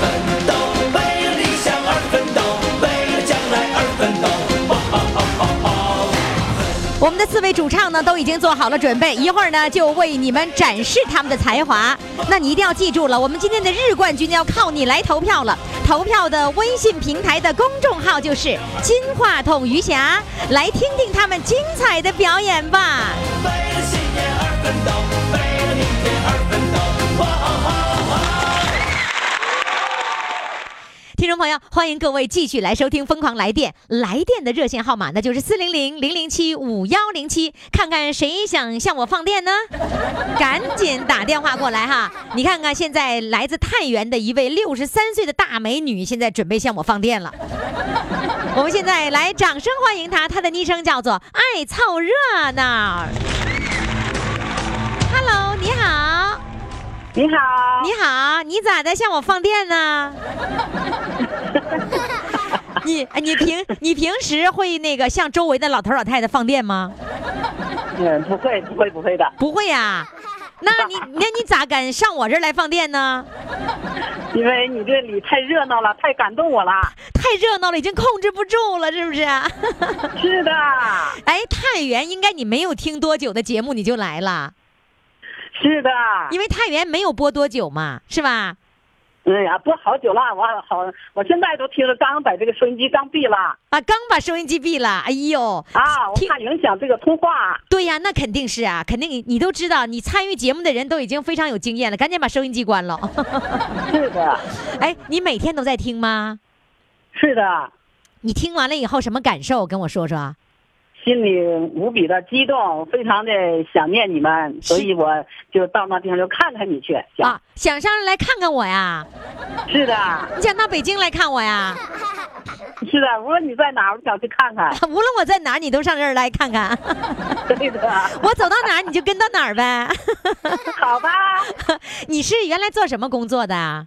奋斗，为了理想而奋斗，为了将来而奋斗。我们的四位主唱呢，都已经做好了准备，一会儿呢就为你们展示他们的才华。那你一定要记住了，我们今天的日冠军要靠你来投票了。投票的微信平台的公众号就是“金话筒余霞”，来听听他们精彩的表演吧。为了信念而奋斗，为了明天而奋斗。哇听众朋友，欢迎各位继续来收听《疯狂来电》，来电的热线号码那就是四零零零零七五幺零七，看看谁想向我放电呢？ 赶紧打电话过来哈！你看看现在来自太原的一位六十三岁的大美女，现在准备向我放电了。我们现在来掌声欢迎她，她的昵称叫做“爱凑热闹”。Hello，你好，你好，你好，你咋的向我放电呢？你哎你平你平时会那个向周围的老头老太太放电吗？嗯，不会，不会，不会的，不会呀、那你那你咋敢上我这儿来放电呢？因为你这里太热闹了，太感动我了。太热闹了，已经控制不住了，是不是？是的，哎，太原应该你没有听多久的节目你就来了，是的，因为太原没有播多久嘛，是吧？哎呀，播好久了，我好，我现在都听着，刚把这个收音机刚闭了啊，刚把收音机闭了，哎呦，啊，我听怕影响这个通话。对呀、那肯定是啊，肯定你你都知道，你参与节目的人都已经非常有经验了，赶紧把收音机关了。 是的，哎，你每天都在听吗？是的，你听完了以后什么感受？跟我说说。心里无比的激动，非常的想念你们，所以我就到那地方就看看你去。行，啊，想上来看看我呀？是的，你想到北京来看我呀？ 是的，无论你在哪儿，我想去看看。无论我在哪儿，你都上这儿来看看。 对的，我走到哪儿，你就跟到哪儿呗。 好吧。你是原来做什么工作的啊？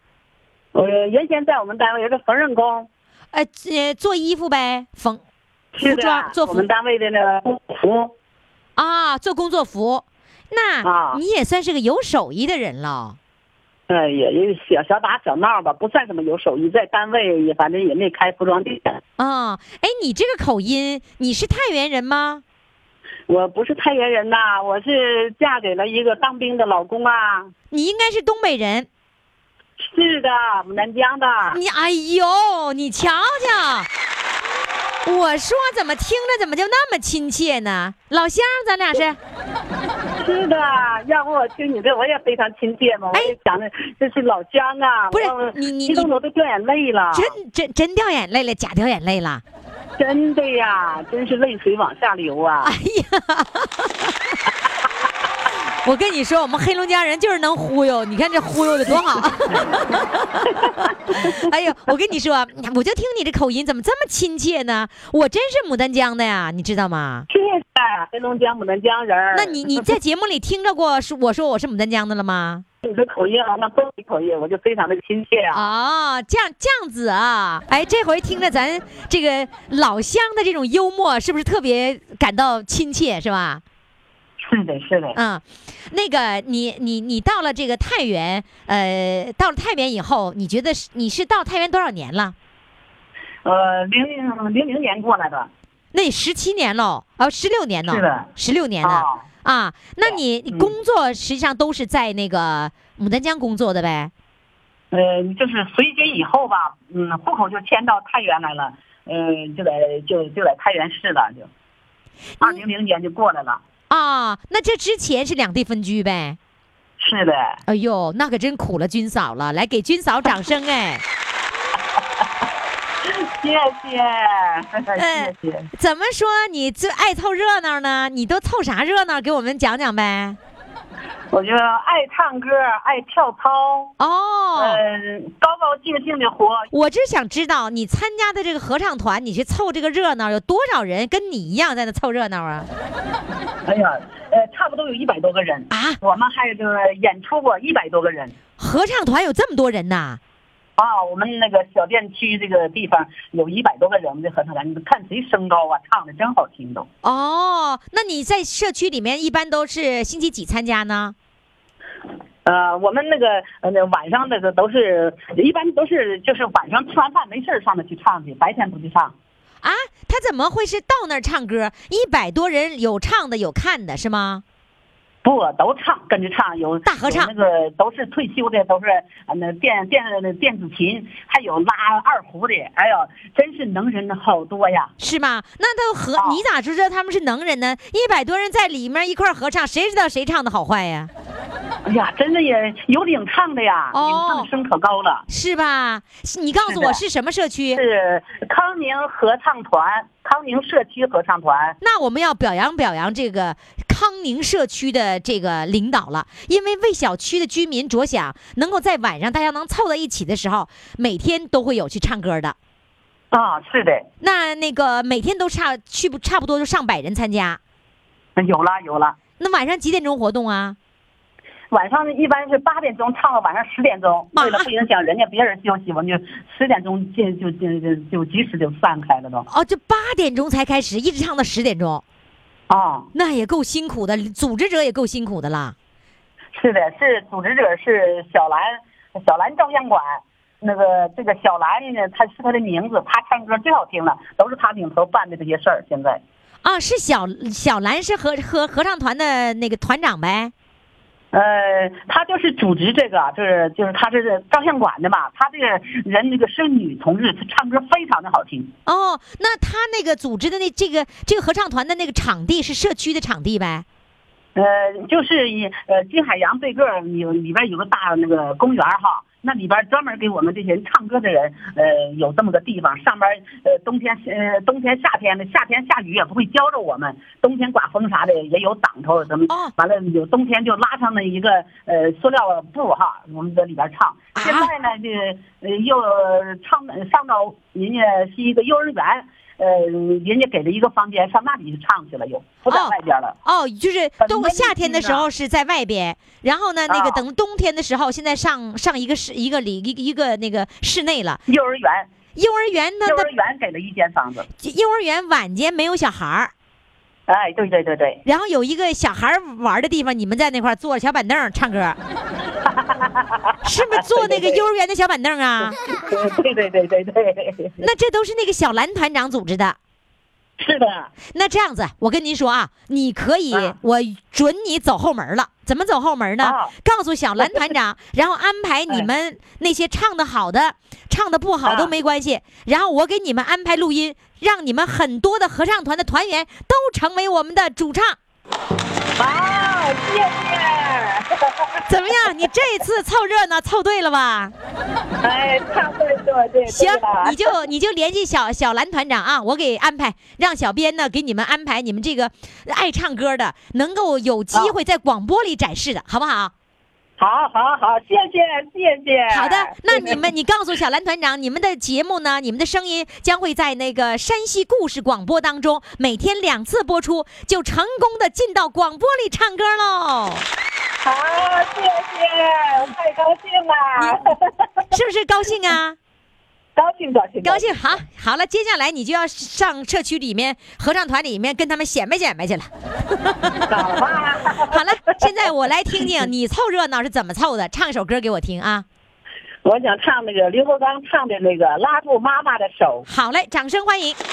我原先在我们单位有个缝纫工，呃，呃做衣服呗，缝是服的装，做我服们单位的那个工服。啊，做工作服。那啊你也算是个有手艺的人了。呃，也也小小打小闹吧，不算什么有手艺，在单位也反正也没开服装店。啊，哎，你这个口音，你是太原人吗？我不是太原人呐，我是嫁给了一个当兵的老公啊。你应该是东北人。是的，我们南疆的。你哎呦，你瞧瞧，我说怎么听着怎么就那么亲切呢？老乡，咱俩是是的，要不我听你这我也非常亲切嘛，我哎也想着这是老乡啊。不是我你你激动的我都掉眼泪了，真真真掉眼泪了，假掉眼泪了。真的呀，真是泪水往下流啊。哎呀， 我跟你说，我们黑龙江人就是能忽悠，你看这忽悠的多好。 哎呦，我跟你说，我就听你这口音怎么这么亲切呢？我真是牡丹江的呀，你知道吗？是的，黑龙江牡丹江人儿。那你你在节目里听着过说我说我是牡丹江的了吗？你的口音啊，那东北口音，我就非常的亲切啊。哦，这样这样子啊，哎，这回听着咱这个老乡的这种幽默，是不是特别感到亲切，是吧？是的，是的，嗯，那个你你你到了这个太原，呃，到了太原以后，你觉得是你是到太原多少年了？呃，零零零零年过来的，那十七年喽，哦，十六年呢是的，十六年了、啊，啊。那你你嗯工作实际上都是在那个牡丹江工作的呗？呃，就是随军以后吧，嗯，户口就迁到太原来了，嗯、就在就就在太原市了，就二零零年就过来了。啊，那这之前是两地分居呗？是的，哎呦，那可真苦了军嫂了，来给军嫂掌声 哎！谢谢，谢谢。怎么说你最爱凑热闹呢？你都凑啥热闹？给我们讲讲呗。我觉得爱唱歌，爱跳操，哦，呃嗯、高高兴兴的活。我只想知道你参加的这个合唱团，你去凑这个热闹，有多少人跟你一样在那凑热闹啊？哎呀，呃，差不多有一百多个人啊我们还这个演出过一百多个人合唱团有这么多人呐？啊。我们那个小店区这个地方有一百多个人，我们的合唱团，你们看谁声高啊，唱的真好听都。哦，那你在社区里面一般都是星期几参加呢？呃，我们那个呃那晚上那个都是一般都是就是晚上吃完饭没事儿上那去唱去，白天不去唱。啊，他怎么会是到那儿唱歌？一百多人，有唱的，有看的，是吗？不，都唱，跟着唱，有大合唱有那个都是退休的，都是呃那电电电子琴，还有拉二胡的，哎呦，真是能人好多呀！是吗？那他合、哦你咋知道他们是能人呢？一百多人在里面一块儿合唱，谁知道谁唱的好坏呀？哎呀，真的也有领唱的呀，哦领唱的声可高了，是吧？是你告诉是的我是什么社区？是康宁合唱团，康宁社区合唱团。那我们要表扬表扬这个康宁社区的这个领导了，因为为小区的居民着想，能够在晚上大家能凑到一起的时候，每天都会有去唱歌的。啊，是的，那那个每天都差去不差不多就上百人参加。有了有了。那晚上几点钟活动啊？晚上一般是八点钟唱到晚上十点钟，妈为了不影响人家别人休息，我们就十点钟进就就就就及时就散开了都。哦，这八点钟才开始，一直唱到十点钟，啊，那也够辛苦的，组织者也够辛苦的啦。是的，是组织者是小兰，小兰照相馆。那个这个小兰呢，她是她的名字，她唱歌最好听了，都是她领头办的这些事儿。现在啊，是小小兰是合合合唱团的那个团长呗？呃，他就是组织这个，啊就是就是他是照相馆的嘛，他这个人那个是女同志，她唱歌非常的好听。哦，那他那个组织的那这个这个合唱团的那个场地是社区的场地呗？呃，就是以呃金海洋对个儿有里边有个大那个公园儿哈，那里边儿专门给我们这些人唱歌的人，呃，有这么个地方。上边儿呃冬天呃冬天夏天的夏天下雨也不会浇着我们，冬天刮风啥的也有挡头什么。哦 完了有冬天就拉上了一个呃塑料布哈，我们在里边儿唱。啊现在呢，这呃又唱上到人家是一个幼儿园，呃，人家给了一个房间，上那里去唱去了，又不在哦外边了。哦，就是很都温夏天的馨时的候是在外边，然后呢，那个啊等冬天的时候，现在上上一个室一个里一个一个那个室内了。幼儿园，幼儿园呢，幼儿那园给了一间房子。幼儿园晚间没有小孩儿，哎，对对对对，然后有一个小孩儿玩的地方，你们在那块儿坐着小板凳儿唱歌儿，是不是坐那对个对对幼儿园的小板凳儿啊？对对对对对，那这都是那个小兰团长组织的。是的，那这样子，我跟您说啊，你可以，啊我准你走后门了。怎么走后门哦呢？啊告诉小兰团长，然后安排你们那些唱的好的、唱的不好啊都没关系，然后我给你们安排录音，让你们很多的合唱团的团员都成为我们的主唱。好，谢谢，怎么样？你这一次凑热闹凑对了吧？哎，唱对对 对，行对了，你就你就联系小小兰团长啊，我给安排，让小编呢给你们安排你们这个爱唱歌的，能够有机会在广播里展示的，好不好？好好好，谢谢谢哎谢，好的，那你谢们，你告诉小兰团长，你们的节目呢，你们的声音将会在那个山西故事广播当中每天两次播出，就成功的进到广播里唱歌 喽，谢好，谢谢，我太高兴了，嗯是不是高兴啊？高兴高兴高，兴，好，好了，接下来你就要上社区里面合唱团里面跟他们显摆显摆去了。好吧， 好了，现在我来听听你凑热闹是怎么凑的，唱一首歌给我听啊。我想唱那个刘国刚唱的那个拉住妈妈的手。好嘞，掌声欢迎。想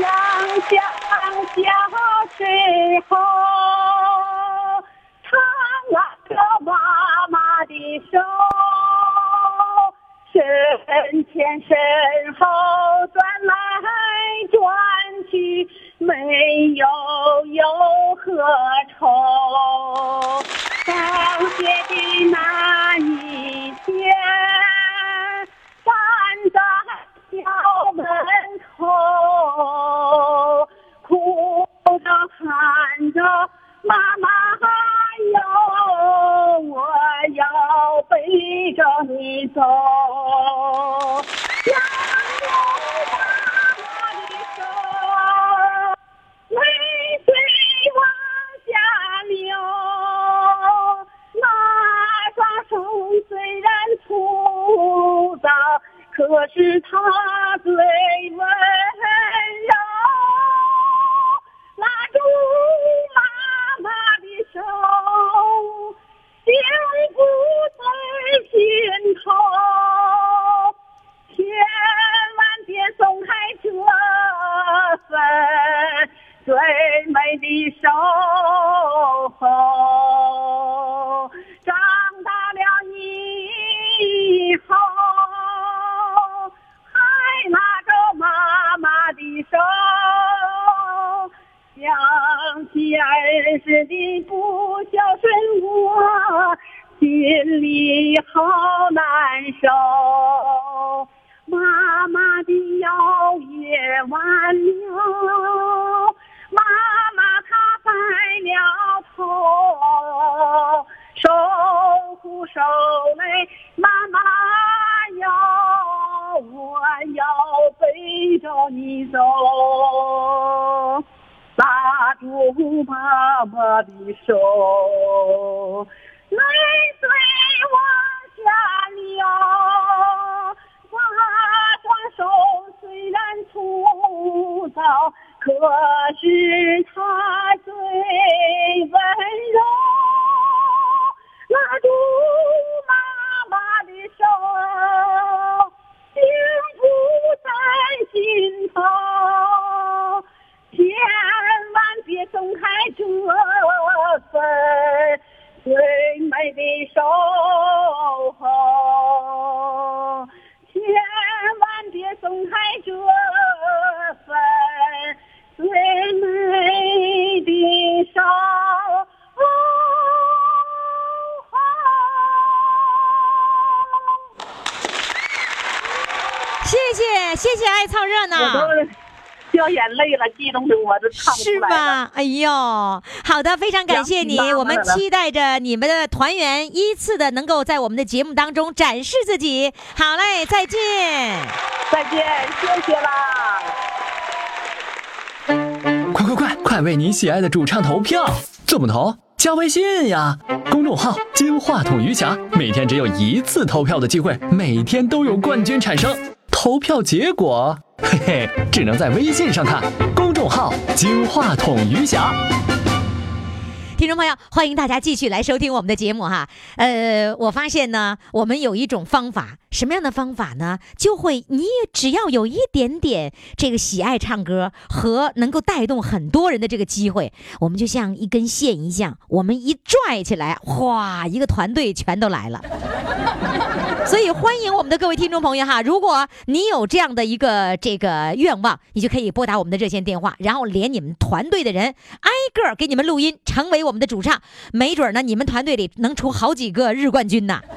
想小时候，常拉着妈妈的手，身前身后转来转去，没有忧和愁。放学的那一天，站在校门口，哭着喊着妈妈他最温柔，拉住妈妈的手，幸福在心头，千万别松开这份最美的守候。长大了你以后，还拉着妈妈的手，想起儿时的不孝顺，我心里好难受。妈妈的腰也弯了，妈妈她白了头，守护守累，妈妈哟，我要背着你走，拉住妈妈的手，泪水往下流。花花手虽然粗糙，可是它最温柔。拉住妈妈的手，幸福在心头。千万别松开这份最美的守候，千万别松开这份最美的守候。谢谢谢谢爱凑热我闹。都掉眼泪了，激动的我都唱不是出来了。吧？哎呦，好的，非常感谢你想起，妈妈我们了期待着你们的团员依次的能够在我们的节目当中展示自己。好嘞，再见。再见，谢谢啦。快快快，快为你喜爱的主唱投票！怎么投？加微信呀，公众号“金话筒余霞”，每天只有一次投票的机会，每天都有冠军产生。投票结果，嘿嘿，只能在微信上看。公众号“金话筒余霞”。听众朋友，欢迎大家继续来收听我们的节目哈。呃，我发现呢，我们有一种方法，什么样的方法呢？就会你也只要有一点点这个喜爱唱歌和能够带动很多人的这个机会，我们就像一根线一样，我们一拽起来，哗，一个团队全都来了。所以欢迎我们的各位听众朋友哈，如果你有这样的一个这个愿望，你就可以拨打我们的热线电话，然后连你们团队的人挨个儿给你们录音，成为我们的主唱，没准儿呢，你们团队里能出好几个日冠军呐。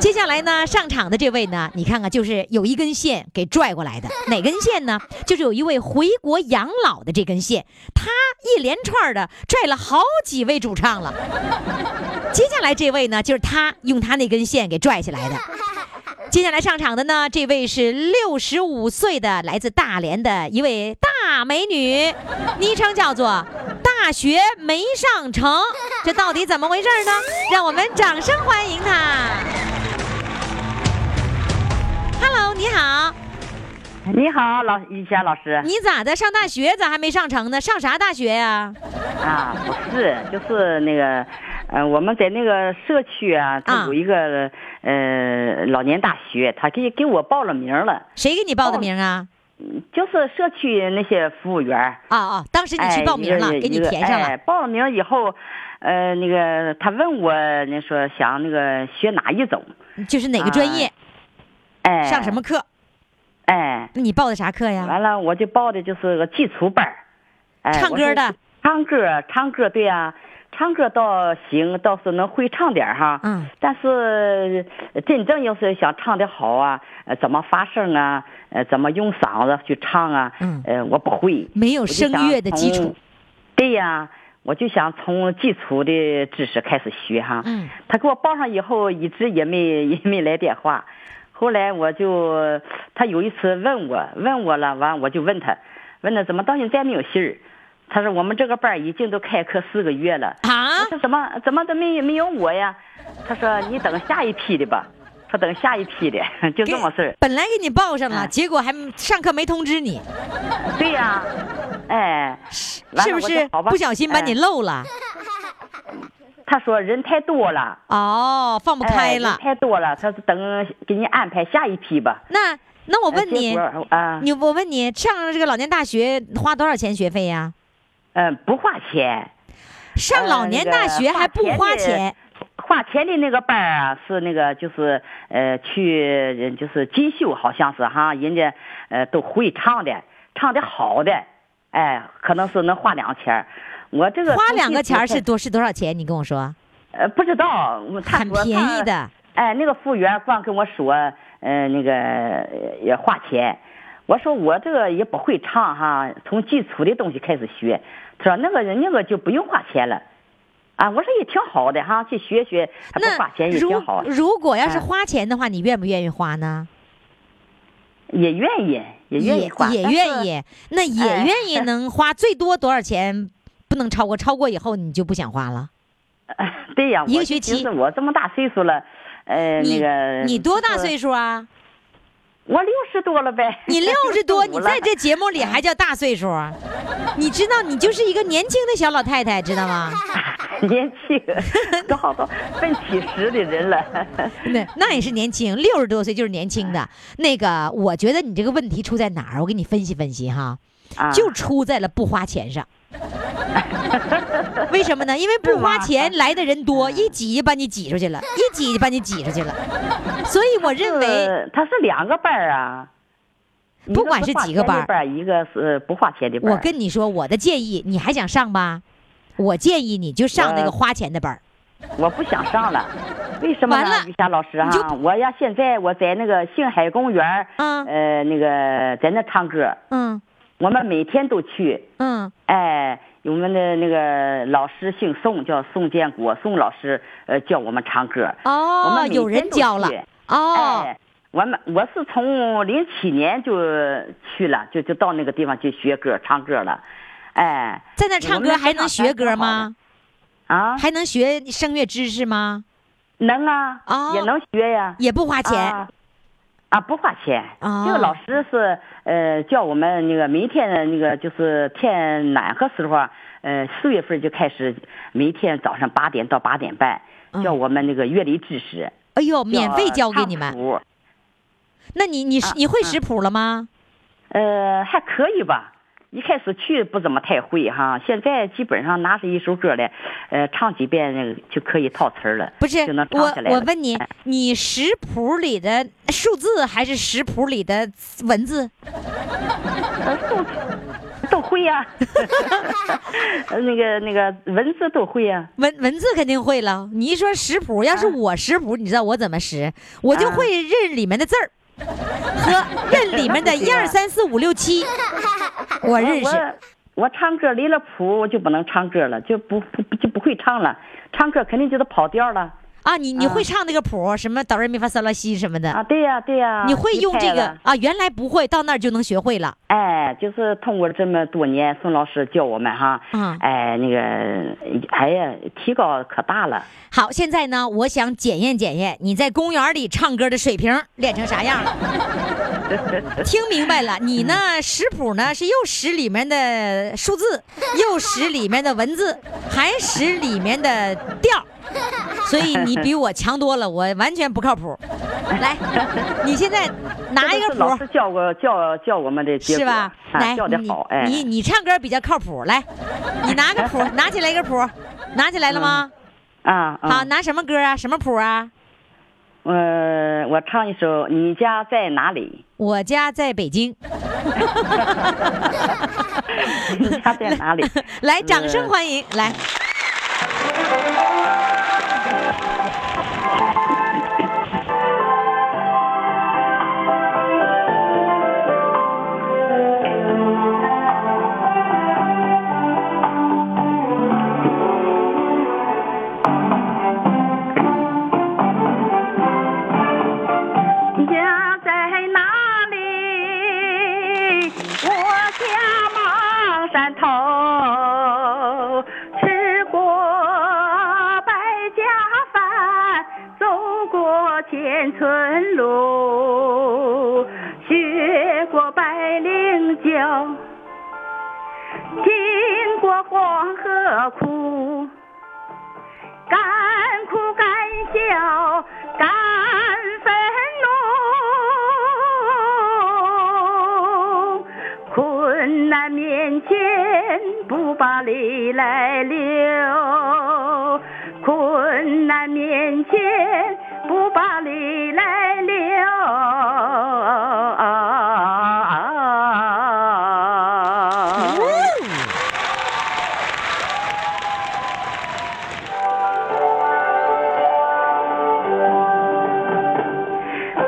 接下来呢，上场的这位呢，你看看，就是有一根线给拽过来的，哪根线呢？就是有一位回国养老的这根线，他一连串的拽了好几位主唱了。接下来这位呢，就是他用他那根线给拽 起来的。接下来上场的呢，这位是六十五岁的来自大连的一位大美女，昵称叫做“大学没上成”，这到底怎么回事呢？让我们掌声欢迎她。Hello，你好，你好，老于霞老师你咋的？上大学咋还没上成呢？上啥大学呀、啊，不是，就是那个，呃，我们在那个社区啊，啊它有一个、呃老年大学，他给给我报了名了，谁给你报的名啊？就是社区那些服务员儿，哦哦，当时你去哎报名了，一个给你一个填上了哎。报了名以后，呃，那个他问我，那说想那个学哪一种，就是哪个专业，啊哎，上什么？课？哎，你报的啥课呀？啊完了我就报的就是个基础班儿，哎，唱我歌说的，唱歌，唱歌，对呀、唱歌倒行，倒是能会唱点儿哈。嗯。但是呃真正要是想唱的好啊，呃，怎么发声啊，呃，怎么用嗓子去唱啊，嗯呃，我不会。没有我就想声乐的基从础。。对呀、我就想从基础的知识开始学哈。嗯。他给我报上以后，一直也没 也没来电话。后来我就，他有一次问我，问我了，完我就问他，问他怎么到现在没有信儿？他说我们这个班儿已经都开课四个月了。啊我，说怎么怎么都没没有我呀？他说你等下一批的吧。说等下一批的，就这么事儿。本来给你报上了，哎结果还上课没通知你，对呀、哎，完了是不我是说好吧不小心把哎你漏了？他说人太多了，哦，放不哎开人了。太多了。他说等给你安排下一批吧。那那我我问你，啊，你我问你，上这个老年大学花多少钱学费呀、嗯，不花钱，呃上老年大学还不花钱，花钱的那个班儿啊，是那个就是呃去就是进修，好像是哈，人家呃都会唱的，唱的好的，哎，可能是能花两个钱儿。我呃这个花两个钱儿出去是多是多少钱？你跟我说，呃不知道，我他很说便他宜的。哎，那个服务员光跟我说，呃，那个呃也花钱。我说我这个也不会唱哈，从基础的东西开始学。他说那个人那个就不用花钱了，啊，我说也挺好的哈，去学学还不花那钱也如挺好，如果要是哎花钱的话，你愿不愿意花呢？也愿意，也愿意花，也但是愿。意，那也哎 愿意能花最多多少钱？不能超过，超过以后你就不想花了。对呀，一个我学就寻期思我这么大岁数了，呃，那你个你多大岁数？数啊？我六十多了呗。 你六十多，你65了在这节目里还叫大岁数？啊你知道，你就是一个年轻的小老太太，知道吗？年轻， 都好多 奔七十的人了。 那那也是年轻，六十多岁就是年轻的。那个，我觉得你这个问题出在哪儿？我给你分析分析哈，啊就出在了不花钱上。为什么呢？因为不花钱来的人嗯多，一挤就把你挤出去了，一挤就把你挤出去了。所以我认是为，呃他是两个班儿啊，哎不管是几个班儿班，一个是不花钱的班儿。我跟你说，我的建议，你还想上吧？我建议你就上那个我花钱的班儿。嗯我不想上了，为什么呢完了？于霞老师你就哈，我呀现在我在那个星海公园儿，嗯呃，那个在那唱歌，嗯我们每天都去，嗯哎。我们的那个老师姓宋，叫宋建国，宋老师呃教我们唱歌。我哦们，每有人天都教了去哦。哎，我们我是从零七年就去了，就就到那个地方去学歌唱歌了，哎在那唱歌还能学歌我吗们？啊还能学声乐知识吗？能啊，哦也能学呀，也不花钱。啊啊不花钱，哦这个老师是呃叫我们那个每天那个就是天暖和时候啊，呃四月份就开始，每天早上八点到八点半嗯教我们那个乐理知识，哎呦，免费教给你啊唱们。谱，那你你啊你会啊识谱了吗？呃，还可以吧。一开始去不怎么太会哈，现在基本上拿着一首歌来，呃，唱几遍那个就可以套词儿了，不是就能，唱我起来我了问你哎，你识谱里的数字还是识谱里的文字？都会 呀、呃那个那个文字都会呀、文文字肯定会了。你一说识谱，要是嗯我识谱，你知道我怎么识？我就啊会认里面的字儿。和认 里面的一二三四五六七，我认识。我我唱歌离了谱，我就不能唱歌了，就不不不就不会唱了，唱歌肯定就是跑调了啊，你你啊会唱那个谱，什么哆来咪发嗦拉西什么的啊！对呀、对呀、你会厉用害这个了？啊？原来不会，到那儿就能学会了。哎，就是通过这么多年，宋老师教我们哈，嗯哎，那个，哎呀，提高可大了。好，现在呢，我想检验检验你在公园里唱歌的水平练成啥样了。 听明白了，你呢识谱呢是又识里面的数字，又识里面的文字，还识里面的调儿，所以你比我强多了，我完全不靠 谱。来，你现在拿一这都是个谱老，师教过教教我们的结果是吧？啊来，教的好，哎，你你你唱歌比较靠谱，来，你拿个 谱，拿起来一个谱，拿起来了吗？啊，好，嗯，拿什么歌啊？什么谱啊？呃，我唱一首《你家在哪里我家在 北京，》，你家在哪里？ 来，掌声欢迎，来。家在哪里？我家莽山头，吃过百家饭，走过千遍村路，学过白绫桥，经过黄河苦，甘苦甘笑甘愤怒，困难面前不把泪来流，困难面前不把泪来流。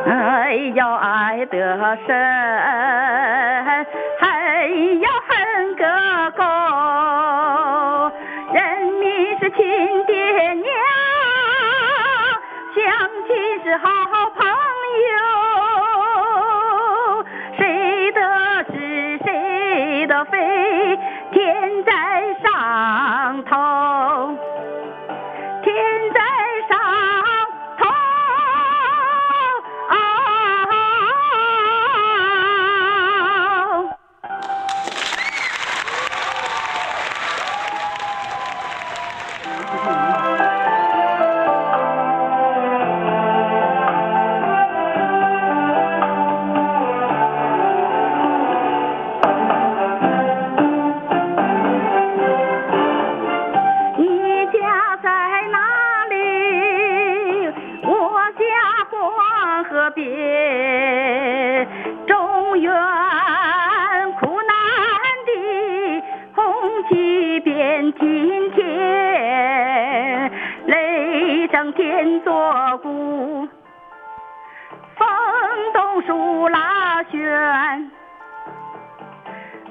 爱要爱得深，恨要恨个够。人民是亲爹娘，相亲是好朋友。谁的是谁的非，天在上头。天在上头。你家在哪里？我家黄河边，中原苦难的红旗遍今天，雷声天作鼓，风动树拉旋。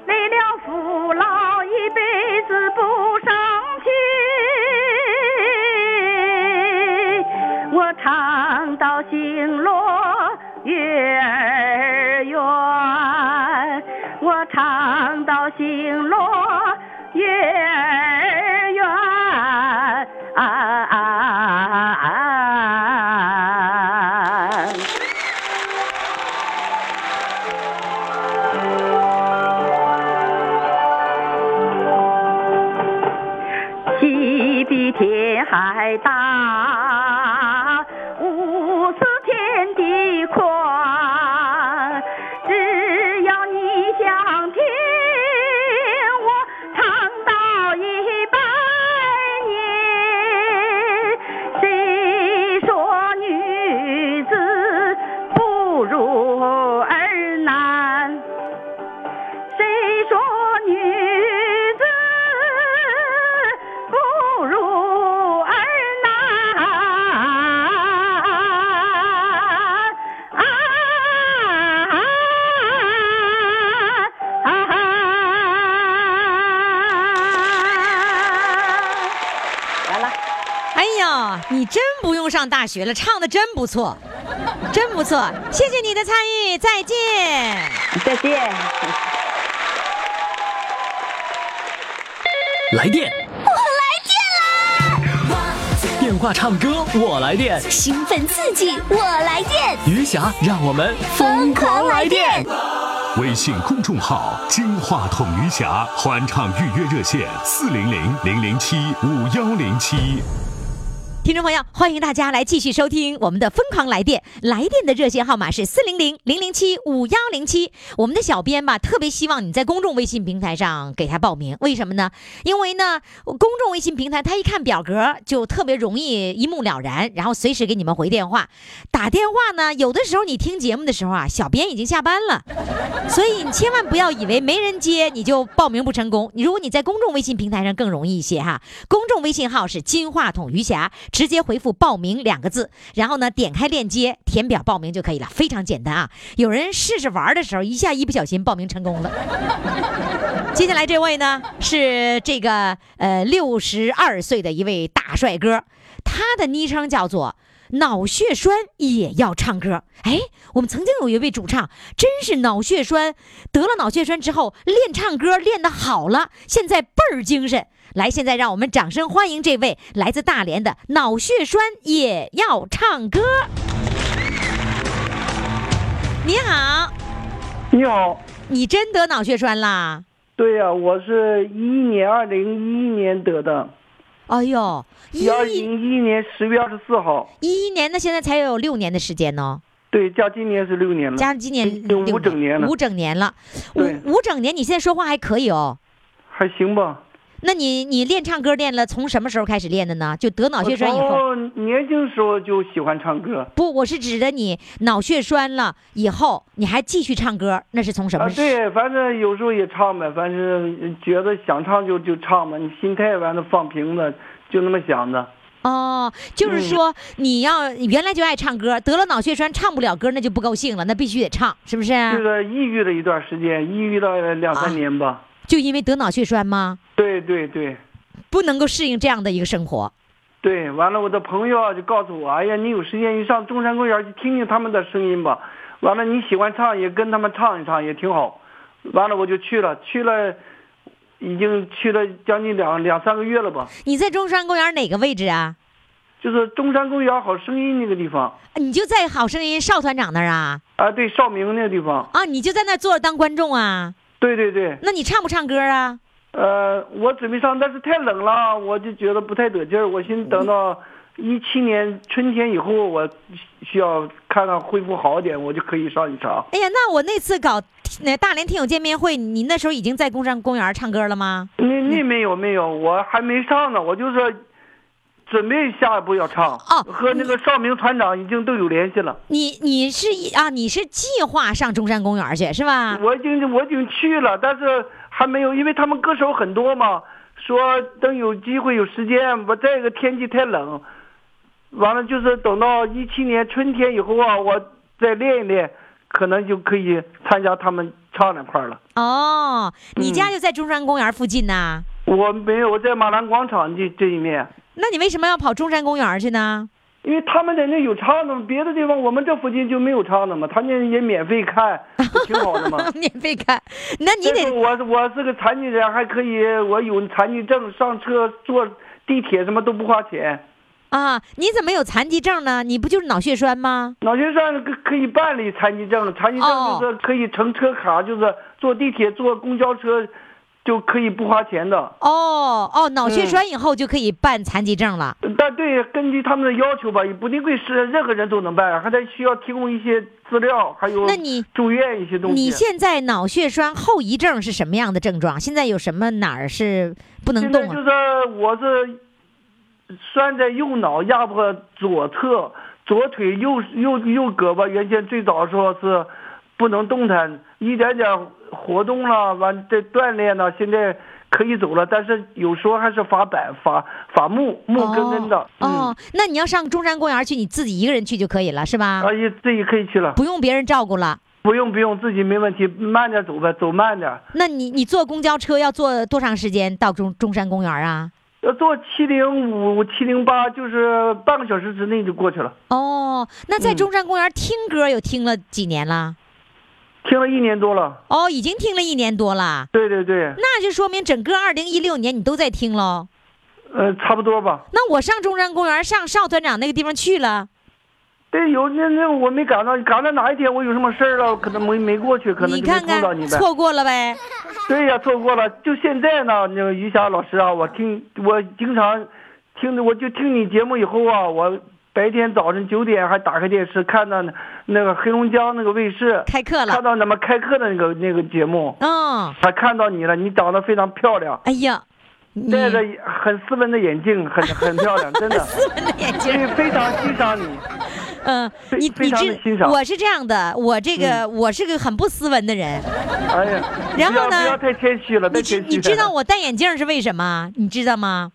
为了父老一辈子不生气，我唱到星落月儿圆，我唱到星落月儿圆。啊啊啊啊西比天还大，无私天地宽。只要你想听，我唱到一百年。谁说女子不如儿男？谁说女子不如儿男？啊啊啊啊！完了，哎呀，你真不用上大学了，唱的真不错，真不错，谢谢你的参与，再见。再见。来电，我来电啦！电话唱歌，我来电。兴奋刺激，我来电，余霞，让我们疯狂来电！微信公众号“金话筒余霞”欢唱预约热线：四零零零零七五幺零七。听众朋友，欢迎大家来继续收听我们的《疯狂来电》，来电的热线号码是四零零零零七五幺零七。我们的小编吧，特别希望你在公众微信平台上给他报名，为什么呢？因为呢，公众微信平台他一看表格就特别容易一目了然，然后随时给你们回电话。打电话呢，有的时候你听节目的时候啊，小编已经下班了。所以你千万不要以为没人接你就报名不成功。如果你在公众微信平台上更容易一些哈，公众微信号是金话筒余霞，直接回复“报名”两个字，然后呢点开链接填表报名就可以了，非常简单啊。有人试试玩的时候一下一不小心报名成功了。 接下来这位呢是这个呃六十二岁的一位大帅哥，他的昵称叫做。脑血栓也要唱歌，哎，我们曾经有一位主唱，真是脑血栓，得了脑血栓之后练唱歌练得好了，现在倍儿精神。来，现在让我们掌声欢迎这位来自大连的脑血栓也要唱歌。你好，你好，你真得脑血栓啦？对呀、我是一一年二零一一年得的，哎呦，一二一零一一年十月二十四号，一一年的，现在才有六年的时间呢，对，加今年是六年了，加上今年有六哎五整年了五，整年了，对五五整年，你现在说话还可以哦。还行吧。那你你练唱歌练了，从什么时候开始练的呢？就得脑血栓以后？我从年轻时候就喜欢唱歌不，我是指的你脑血栓了以后，你还继续唱歌，那是从什啊么？，对，反正有时候也唱呗，反正觉得想唱就就唱吧，你心态完了放平了，就那么想的。哦，就是嗯说你要原来就爱唱歌，得了脑血栓唱不了歌，那就不高兴了，那必须得唱，是不是？就是抑郁了一段时间，抑郁了两啊三年吧。就因为得脑血栓吗？对对对不能够适应这样的一个生活。对，完了，我的朋友啊就告诉我，哎呀，你有时间你上中山公园去听听他们的声音吧。完了，你喜欢唱也跟他们唱一唱也挺好。完了，我就去了，去了，已经去了将近两两三个月了吧。你在中山公园哪个位置啊？就是中山公园好声音那个地方你就在好声音邵团长那儿啊？啊，对，少明那个地方。啊，你就在那儿坐着当观众啊？对对对，那你唱不唱歌啊？呃，我准备上，但是太冷了，我就觉得不太得劲儿。我寻思等到一七年春天以后，我需要看看恢复好点，我就可以上一场。哎呀，那我那次搞那大连听友见面会，你那时候已经在工山公园唱歌了吗？那那没有没有，我还没上呢，我就是准备下一步要唱。哦和那个少明团长已经都有联系了，你你是一啊，你是计划上中山公园去是吧？我已经我已经去了，但是还没有，因为他们歌手很多嘛，说等有机会有时间，我再一个天气太冷，完了就是等到一七年春天以后啊，我再练一练，可能就可以参加他们唱那块儿了。哦，你嗯家就在中山公园附近呐、我没有，我在马兰广场这这一面。那你为什么要跑中山公园去呢？因为他们在那有唱的嘛，别的地方我们这附近就没有唱的嘛，他那也免费 看，挺好的嘛。免费看，那你再说得我我啊是个残疾人，还可以，我有残疾证，上车坐地铁什么都不花钱。啊，你怎么有残疾证呢？你不就是脑血栓吗？脑血栓可可以办理残疾证，残疾证就是可以乘车卡，就是坐地铁、坐公交车就可以不花钱的。哦哦，脑嗯血栓以后就可以办残疾证了。但对，根据他们的要求吧，也不一定是任何人都能办，还得需要提供一些资料，还有那你住院一些东西。你现在脑血栓后遗症是什么样的症状？现在有什么哪儿是不能现在动就啊？是我是拴在右脑压迫左侧，左腿右右右胳膊，原先最早的时候是不能动弹，一点点活动了，完这锻炼了，现在可以走了，但是有时候还是发板发发木木根根的，嗯哦，那你要上中山公园去，你自己一个人去就可以了，是吧嗯，啊？也自己可以去了，不用别人照顾了。不用不用，自己没问题，慢点走呗，走慢点，那你你坐公交车要坐多长时间到中中山公园啊？要坐七零五七零八，就是半个小时之内就过去了，哦，那在中山公园听歌有听了几年了？听了一年多了，哦，已经听了一年多了。对对对。那就说明整个二零一六年你都在听喽。呃，差不多吧。那我上中山公园，上邵团长那个地方去了，对，有那那我没赶到，赶到哪一天我有什么事儿了，可能没没过去，可能你就没看碰到你呗。看错过了呗。对呀、错过了。就现在呢，那个于霞老师啊，我听我经常听着，我就听你节目以后啊，我白天早晨九点还打开电视看到那个黑龙江那个卫视开课看了，到咱们开课的那个那个节目，嗯，还看到你了，你长得非常漂亮，哎呀，你戴着 很斯文的眼镜，很很漂亮，真的，眼睛对，非常欣赏你。 嗯，非你非你常地欣这赏嗯我是这样的，我这个、我是个很不斯文的人，哎呀， 然后呢不要不要太谦虚了，你太谦虚知了。你知道我戴眼镜是为什么？你知道吗？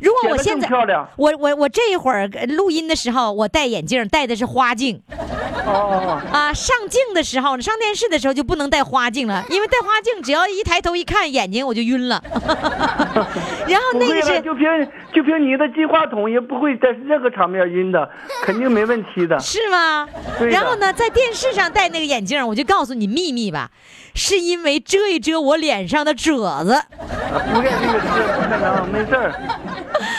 如果我显得现更在漂亮我我我这一会儿呃录音的时候，我戴眼镜戴的是花镜哦哦啊，上镜的时候上电视的时候就不能戴花镜了，因为戴花镜只要一抬头一看眼睛我就晕了， 然后哦，不那会个了，是就凭就凭你的金话筒也不会在任何场面晕 的，肯定没问题的。是吗？对的然后呢，在电视上戴那个眼镜儿，我就告诉你秘密吧，是因为遮一遮我脸上的褶子。啊不该这个事不可能，没事儿。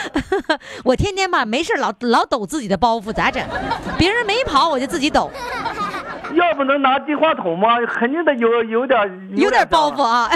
我天天吧没事儿老老抖自己的包袱，咋整？别人没跑我就自己抖。要不能拿电话筒吗？肯定得有有点有点包袱啊，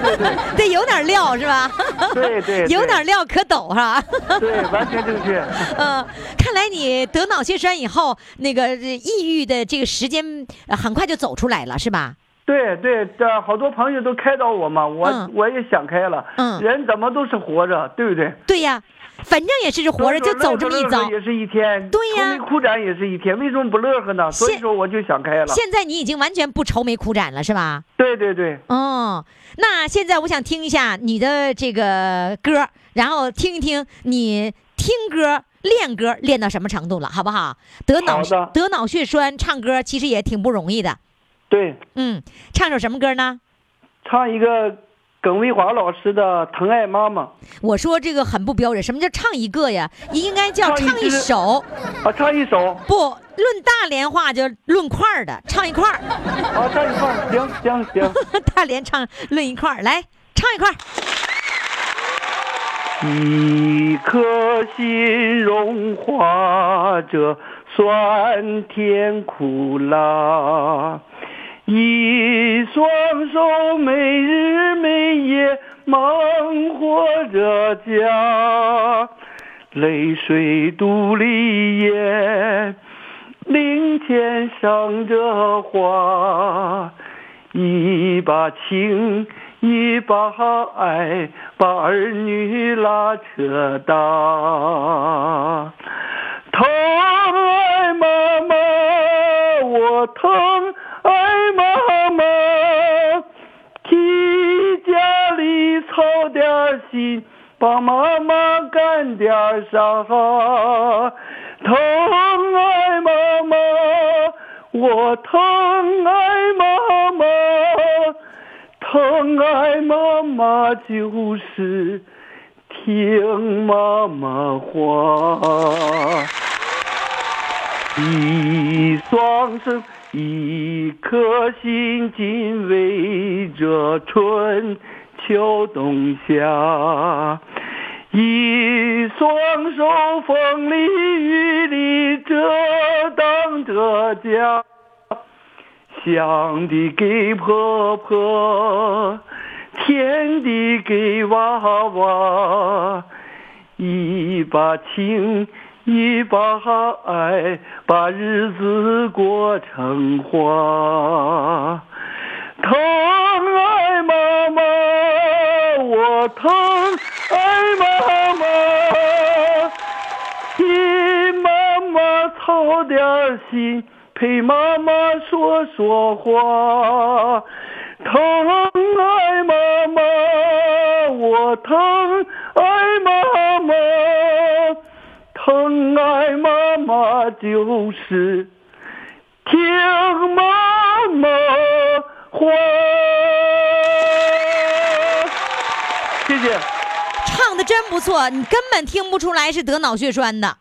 得有点料是吧？ 对对对有点料可抖哈。 对，完全正确。嗯， 看来你得脑血栓以后，那个这抑郁的这个时间呃很快就走出来了，是吧？对对，这好多朋友都开导我嘛，我、嗯我也想开了。嗯人怎么都是活着，对不对？对呀，反正也是活着就走这么一乐遭呵。也是一天，对呀愁眉苦脸也是一天，为什么不乐呵呢？所以现说我就想开了。现在你已经完全不愁眉苦脸了，是吧？对对对，哦，那现在我想听一下你的这个歌，然后听一听你听歌。练歌练到什么程度了，好不好？得脑好的得脑血栓，唱歌其实也挺不容易的。对，嗯，唱首什么歌呢？唱一个耿卫华老师的《疼爱妈妈》我说这个很不标准，什么叫唱一个呀？应该叫唱一唱一支首。啊，唱一首不论大连话就论块儿的，唱一块儿。啊，唱一块儿，行行行。大连唱论一块儿，来唱一块儿。一颗心融化着酸甜苦辣，一双手每日每夜忙活着家，泪水独立眼，零钱赏着花。一把情，一把爱，把儿女拉扯大。疼爱妈妈，我疼爱妈妈，替家里操点心，帮妈妈干点啥。疼爱妈妈，我疼爱妈妈，疼爱妈妈就是听妈妈话。一双手，一颗心，紧围着春秋冬夏。一双手，风里雨里遮挡着家。乡的给婆婆，田的给娃娃，一把情，一把爱，把日子过成花。疼爱妈妈，我疼爱妈妈。替妈妈操点心，陪妈妈说说话。疼爱妈妈，我疼爱妈妈，疼爱妈妈就是听妈妈话。谢谢，唱的真不错，你根本听不出来是得脑血栓的，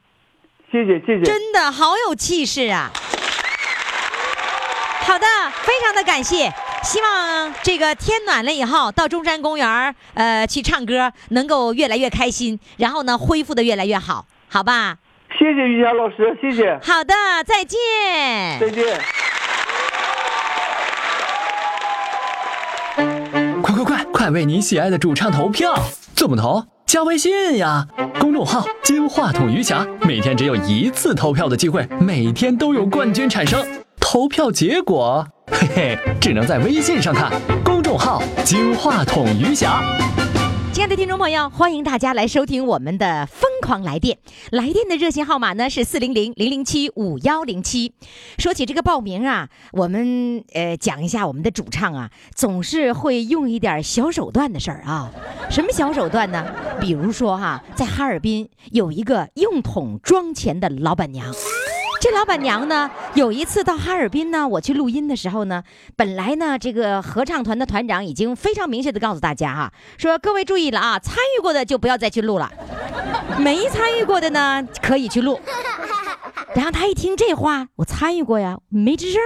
谢谢，谢谢。真的好有气势啊！好的，非常的感谢，希望这个天暖了以后到中山公园儿呃去唱歌，能够越来越开心，然后呢恢复的越来越好，好吧？谢谢于霞老师，谢谢，好的，再见。再见。快快快，快为你喜爱的主唱投票！怎么投？加微信呀，公众号“金话筒余霞”，每天只有一次投票的机会，每天都有冠军产生。投票结果，嘿嘿，只能在微信上看。公众号“金话筒余霞”。亲爱的听众朋友，欢迎大家来收听我们的《疯狂来电》，来电的热线号码呢是四零零零零七五幺零七。说起这个报名啊，我们呃讲一下我们的主唱啊，总是会用一点小手段的事儿啊。什么小手段呢？比如说哈、在哈尔滨有一个用桶装钱的老板娘。这老板娘呢，有一次到哈尔滨呢，我去录音的时候呢，本来呢，这个合唱团的团长已经非常明确的告诉大家哈、说各位注意了啊，参与过的就不要再去录了，没参与过的呢可以去录。然后他一听这话，我参与过呀，没吱声，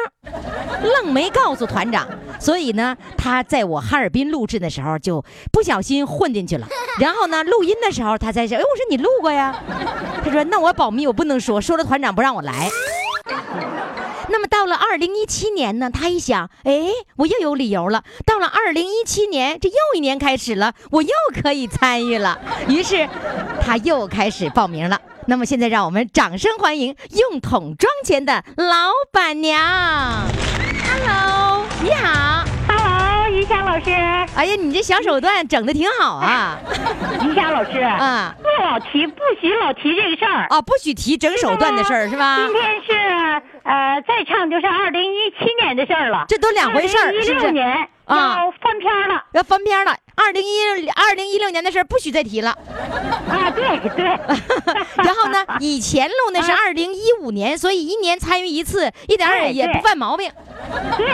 愣没告诉团长。所以呢，他在我哈尔滨录制的时候就不小心混进去了。然后呢，录音的时候他才说：“哎，我说你录过呀。”他说：“那我保密，我不能说，说了团长不让我来。”那么到了二零一七年呢，他一想，哎，我又有理由了。到了二零一七年，这又一年开始了，我又可以参与了。于是，他又开始报名了。那么现在，让我们掌声欢迎用桶装钱的老板娘。Hello，你好。 Hello，于霞老师，哎呀，你这小手段整的挺好啊！于霞老师，啊不老提，不许老提这个事儿。啊，不许提整手段的事儿是吧？今天是呃，再唱就是二零一七年的事儿了，这都两回事儿一是不六是年啊要翻篇儿了要翻篇了，二零一二零一六年的事儿不许再提 了。啊！对对， 然后呢，以前录那是二零一五年，所以一年参与一次，一点儿啊哎对也对不犯毛病， 对，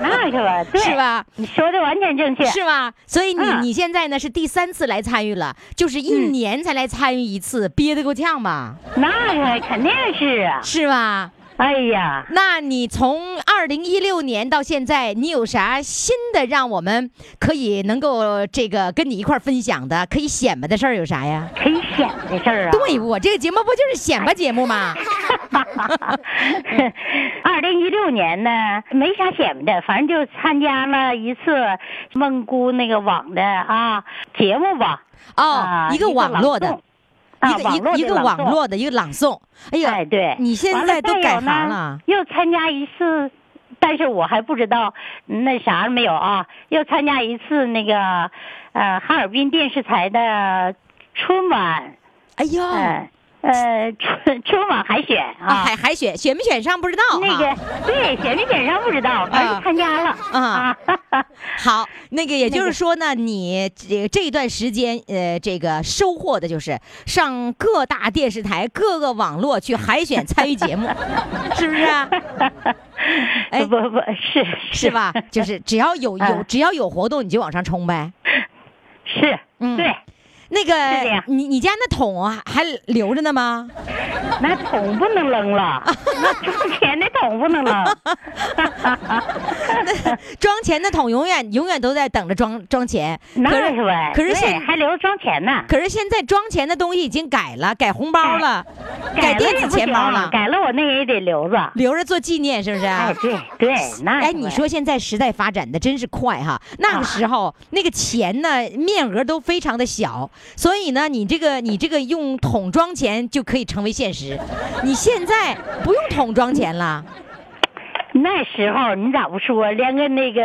那可吧，对是？吧？你说的完全正确，是吧？所以你、嗯你现在呢是第三次来参与了，就是一嗯年才来参与一次，憋得够呛吧？那可肯定是啊！是吧？哎呀，那你从二零一六年到现在，你有啥新的让我们可以能够这个跟你一块儿分享的，可以显摆的事儿有啥呀？很险的事儿啊！对我这个节目不就是显摆节目吗？ 二零一六年呢，没啥显摆的，反正就参加了一次梦姑那个网的啊节目吧。哦啊，一个网络的，，一一个一个一个啊网网的络的一个朗诵。哎诵。呀，哎，对，你现完在都再改有行呢了，又参加一次，但是我还不知道那啥没有啊，又参加一次那个呃哈尔滨电视台的春晚，哎呦，啊，嗯呃春春晚海选啊海海选选没选上不知道那哈。个嗯对，选没选上不知道，反正参加了啊啊。哈哈好，那个也那个就是说呢，你这这一段时间，呃，这个收获的就是上各大电视台、各个网络去海选参与节目，是不是 啊？哎不不是是吧？就是只要有有嗯只要有活动，你就往上冲呗。 是，嗯对，那是这个样，你你家那桶啊还留着呢吗？那桶不能扔 了，那装钱的桶不能扔。 装钱的桶永远永远都在等着装装钱，那可是呗，可是对现还留着装钱呢，可是现在装钱的东西已经改了，改红包了，改了电也子不钱行包了，改了我那个也得留着。留着做纪念，是不是？哎，对对，那哎，是啊你呗说现在时代发展的真是快哈！那个时候、那个钱呢，面额都非常的小，所以呢，你这个你这个用桶装钱就可以成为现实。你现在不用桶装钱了，那时候你咋不说，连个那个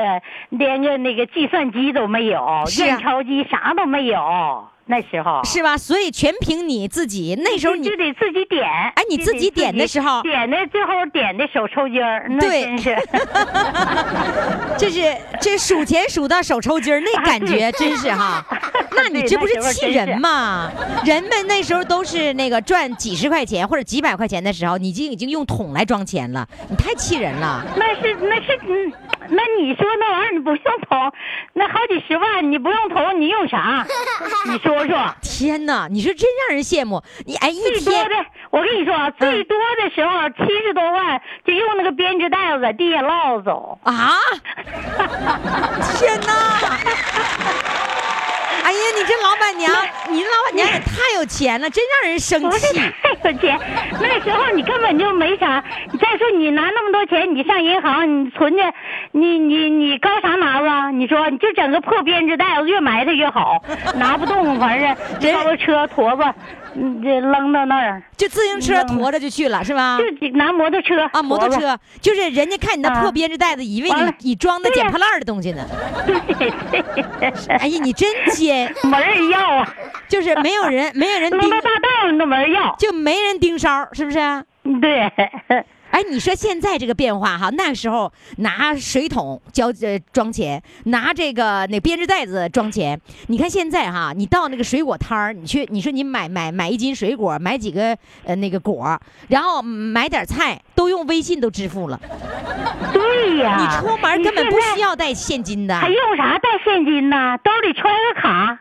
连个那个计算机都没有，是啊验钞机啥都没有，那时候是吧？所以全凭你自己。那时候你就得自己点。哎你自己点的时候点的最后点的手抽筋儿，那对真是。 这是这数钱数到手抽筋儿，那感觉真是哈。那你这不是气人吗？人们那时候都是那个赚几十块钱或者几百块钱的时候，你就已经用桶来装钱了，你太气人了。那是那是嗯，那你说那玩意儿你不用投，那好几十万你不用投，你用啥？你说说， 天哪，你说真让人羡慕。你哎，一最多天嗯的我跟你说啊，最多的时候七十多万就用那个编织袋子在地下落走。啊！天哪！哎呀，你这老板娘，你这老板娘也太有钱了，真让人生不是气。太有钱，那时候你根本就没啥。你再说你拿那么多钱，你上银行你存去，你你你搞啥拿子啊？你说你就整个破编织袋，越埋汰越 好，拿不动，反正人烧啊个车驮吧，嗯，这扔到那儿，就自行车驮着就去了是吧？就拿摩托车啊，摩托驮吧。车就是人家看你那啊破编织袋子，以为完了你你装的对捡呀破烂儿的东西呢。对对，哎呀，你真 尖，没人要啊，就是没有人没有人扔盯，到大道上都没人要。就没人盯梢，是不是？ 对，哎，你说现在这个变化哈，那时候拿水桶交呃装钱，拿这个那编织袋子装钱。你看现在哈，你到那个水果摊儿，你去，你说你买买买一斤水果，买几个呃那个果儿，然后买点菜，都用微信都支付了。对呀、你出门根本啊你不现在需要带现金的，还用啥带现金呢？兜里揣个卡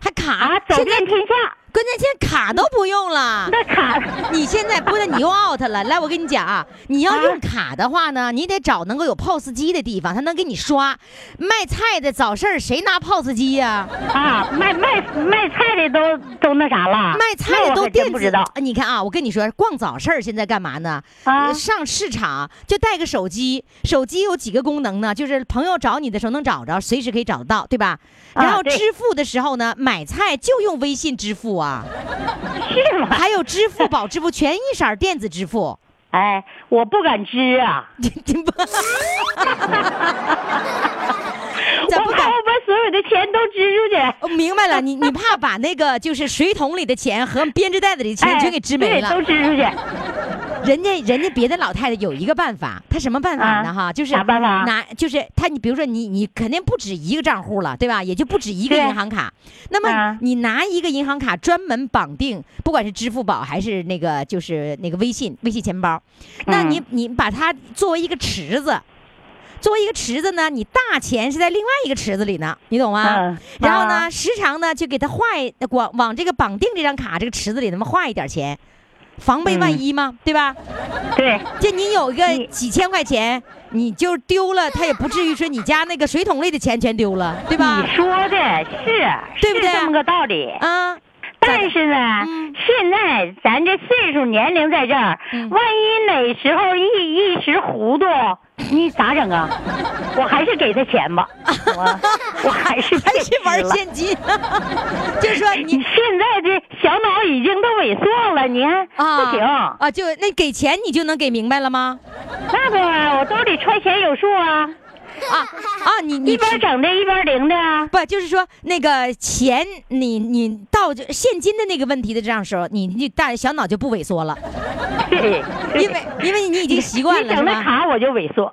还卡啊，走现在遍天下。关键现在卡都不用了。那卡你现在不是你又 out 了？来，我跟你讲啊，你要用卡的话呢，你得找能够有 POS 机的地方，他能给你刷。卖菜的早市儿谁拿 POS 机呀、 啊，卖卖卖菜的都都那啥了，卖菜啊那的我都还电真不子。知道。你看啊，我跟你说，逛早市儿现在干嘛呢？啊呃上市场就带个手机，手机有几个功能呢？就是朋友找你的时候能找着，随时可以找得到，对吧？啊然后对支付的时候呢，买菜就用微信支付啊，是吗？还有支付宝支付，全一色儿电子支付。 哎，我不敢支啊，真不，我咱不怕敢。我把所有的钱都支出去。我明白了，你你怕把那个就是水桶里的钱和编织袋子里的钱哎全给支没了。对，都支出去。人家人家别的老太太有一个办法，她什么办法呢？啊哈，就是啥办法拿就是她，你比如说你你肯定不止一个账户了，对吧？也就不止一个对银行卡。那么啊你拿一个银行卡专门绑定，不管是支付宝还是那个就是那个微信微信钱包，嗯那你你把它作为一个池子。作为一个池子呢，你大钱是在另外一个池子里呢，你懂吗？嗯然后呢，啊时常呢就给他划一往往这个绑定这张卡这个池子里，那么划一点钱，防嗯备万一嘛，对吧？对，这你有一个你几千块钱，你就丢了，他也不至于说你家那个水桶里的钱全丢了，对吧你？说的是，对不对是这么个道理。 啊，但是呢，嗯现在咱这岁数年龄在这儿，嗯万一哪时候一一时糊涂，你咋整啊？我还是给他钱 吧，我我还是还是玩别吃了现金， 就是说你你。现在这小脑已经都萎缩了，你看、啊，不行，啊！就那给钱你就能给明白了吗？那当然，我兜里揣钱有数啊， 啊啊！你你一边整的一边零的啊。不就是说那个钱你你到这现金的那个问题的这样时候，你你大小脑就不萎 缩了。对，因为因为你已经习惯你了是整那吧？卡我就萎缩。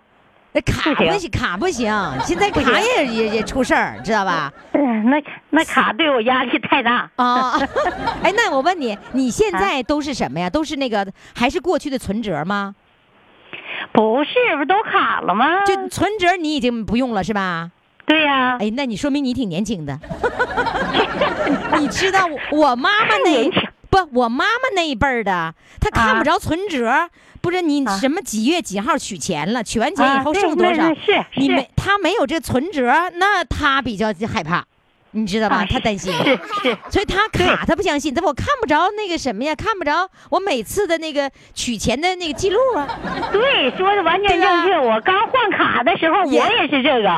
那卡不行不行，卡不行，现在不行卡也也也出事儿，知道吧？嗯，那那卡对我压力太大。 啊，哎，那我问你，你现啊在都是什么呀？都是那个还是过去的存折吗？不是，不都卡了吗？就存折你已经不用了是啊吧？对呀、哎，那你说明你挺年轻的。 你知道我我妈妈太那年轻不，我妈妈那一辈儿的，她看啊不着存折，不是你啊什么几月几号取钱了，取完钱以啊后对剩多少？那是是你没她没有这存折，那她比较害怕，你知道吧？啊她担心。是是，所以她卡，她不相信，但我看不着那个什么呀，看不着我每次的那个取钱的那个记录啊。对，说的完全正确。我刚换卡的时候，我也也是 这个，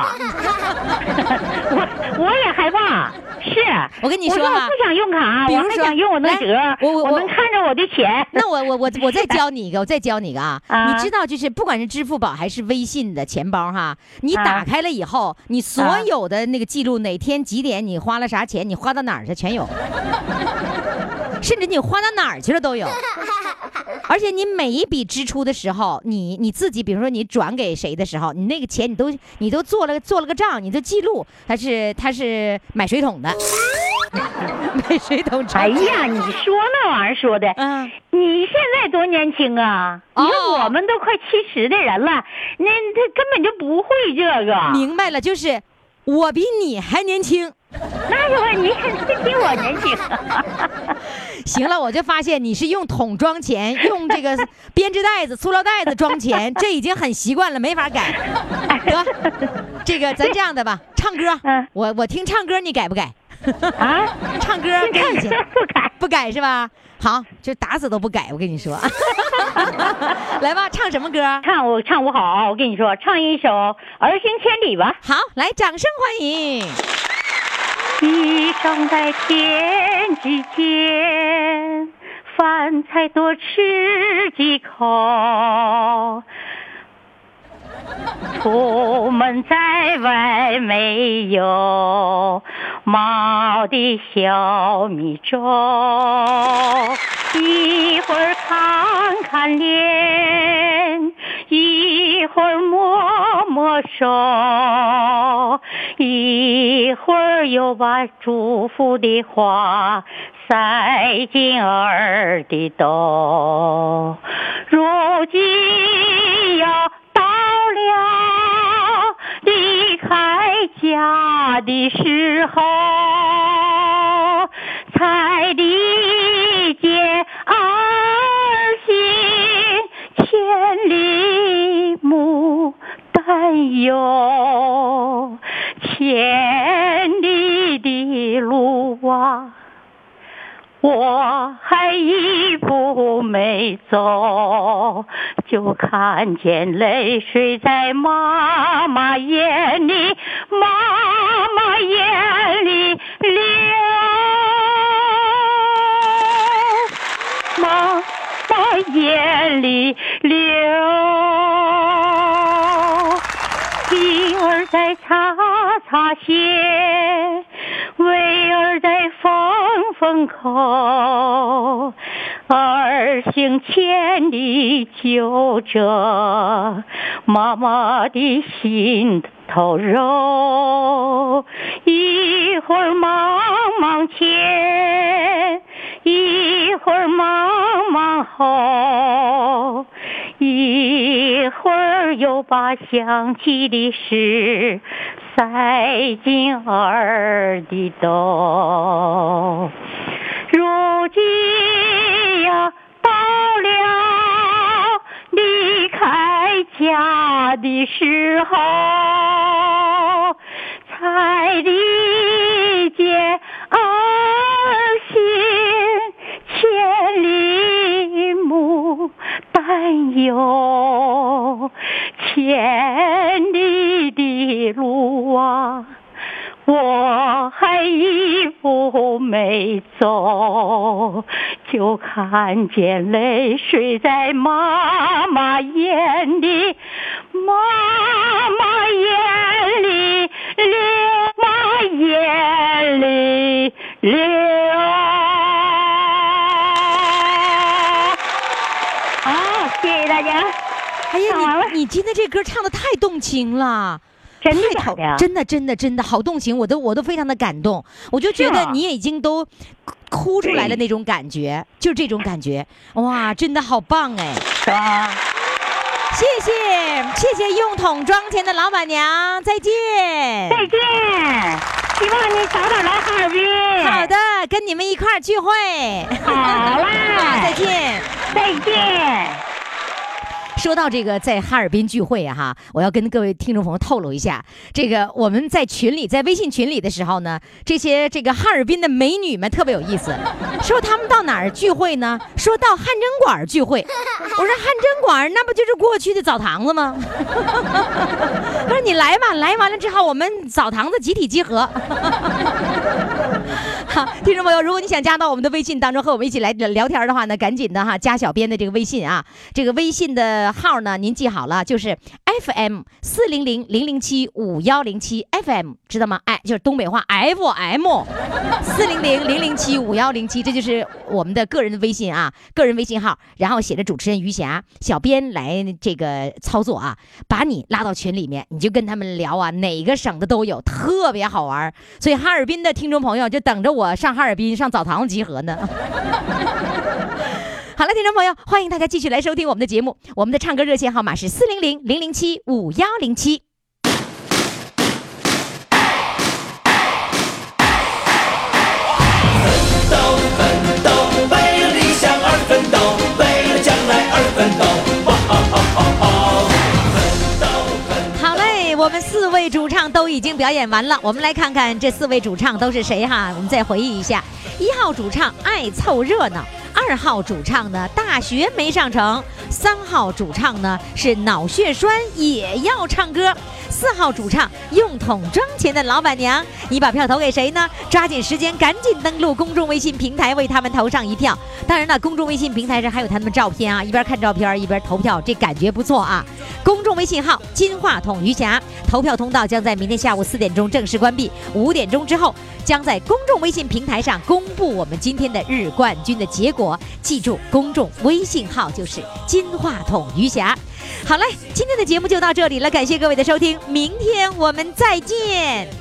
我我也害怕。是，我跟你说我啊不想用卡，比我如还说想用我那来折，我我我能看着我的钱。 那我我我我再教你一个，我再教你一个啊！啊你知道，就是不管是支付宝还是微信的钱包哈，你啊打开了以后，你所有的那个记录，哪天几点你花了啥钱，你花到哪儿去全有，甚至你花到哪儿去了都有。 而且你每一笔支出的时候，你你自己，比如说你转给谁的时候，你那个钱你都你都做了做了个账，你都记录，他是他是买水桶的， 买水桶哎拆。呀，你说那玩意儿说的，嗯，你现在多年轻啊！哦你看我们都快七十的人了，那他根本就不会这个。明白了，就是我比你还年轻。那就问你肯定比我年 轻。行了，我就发现你是用桶装钱，用这个编织袋子、塑料袋子装 钱，这已经很习惯了，没法改。得，这个咱这样的吧，唱歌，嗯我我听唱歌，你改不 改？啊，唱歌跟 以前不改。不改是吧？好，就打死都不改，我跟 你说。来吧，唱什么歌？唱我唱不好，我跟你说，唱一首《儿行千里》吧。好，来，掌声欢迎。一生在天之间，饭菜多吃几口。出门在外没有毛的小米粥，一会儿看看脸，一会儿摸摸手，一会儿又把祝福的话塞进耳的兜。如今要到了离开家的时候，才理有千里的路啊，我还一步没走，就看见泪水在妈妈眼里，妈妈眼里流。妈妈眼里流，婴儿在擦擦鞋，巍儿在缝缝口，儿行千里就着妈妈的心头肉，一会儿忙忙前。一会儿忙忙后，一会儿又把想起的事塞进儿的兜。如今呀，到了离开家的时候，才理解儿心千里母担忧，千里的路啊。我还一步没走，就看见泪水在妈妈眼里，妈妈眼里流，妈妈眼里流。好，谢谢大家，哎唱完呀，了你你今天这歌唱的太动情了。真的太假好的呀？真的真的真的好动情，我都我都非常的感动，我就觉是啊得吗你也已经都哭出来了那种感觉，就是这种感觉，哇，真的好棒哎！是啊吧？谢谢谢谢用桶装钱的老板娘，再见。再见，希望你早点来哈尔滨。好的，跟你们一块儿聚会。哎好啦再见。再见。说到这个在哈尔滨聚会啊哈、我要跟各位听众朋友透露一下，这个我们在群里，在微信群里的时候呢，这些这个哈尔滨的美女们特别有意思，说她们到哪儿聚会呢？说到汗蒸馆儿聚会。我说汗蒸馆儿那不就是过去的澡堂子吗？ 我说你来吧，来完了之后我们澡堂子集体集合。好， 听众朋友，如果你想加到我们的微信当中和我们一起来聊天的话呢，赶紧的哈，加小编的这个微信啊，这个微信的号呢，您记好了，就是 FM 四零零零零七五幺零七 FM，知道吗？哎，就是东北话 FM 四零零零零七五幺零七，这就是我们的个人的微信啊，个人微信号，然后写着主持人余霞，小编来这个操作啊，把你拉到群里面，你就跟他们聊啊，哪个省的都有，特别好玩儿。所以哈尔滨的听众朋友就等着我上哈尔滨上澡堂子集合呢。 好了，听众朋友，欢迎大家继续来收听我们的节目。我们的唱歌热线号码是四零零零零七五幺零七。奋斗，奋斗，为了理想而奋斗，为了将来而奋斗。好嘞，我们四位主唱都已经表演完了，我们来看看这四位主唱都是谁哈？我们再回忆一下：一号主唱爱凑热闹，二号主唱呢大学没上成，三号主唱呢是脑血栓也要唱歌，四号主唱用桶装钱的老板娘，你把票投给谁呢？抓紧时间，赶紧登录公众微信平台为他们投上一票。当然了，公众微信平台上还有他们照片啊，一边看照片一边投票，这感觉不错啊。公众微信号“金话筒余霞”，投票通道将在明天下午四点钟正式关闭，五点钟之后将在公众微信平台上公布我们今天的日冠军的结果。记住，公众微信号就是“金话筒余霞”。好嘞，今天的节目就到这里了，感谢各位的收听，明天我们再见。哦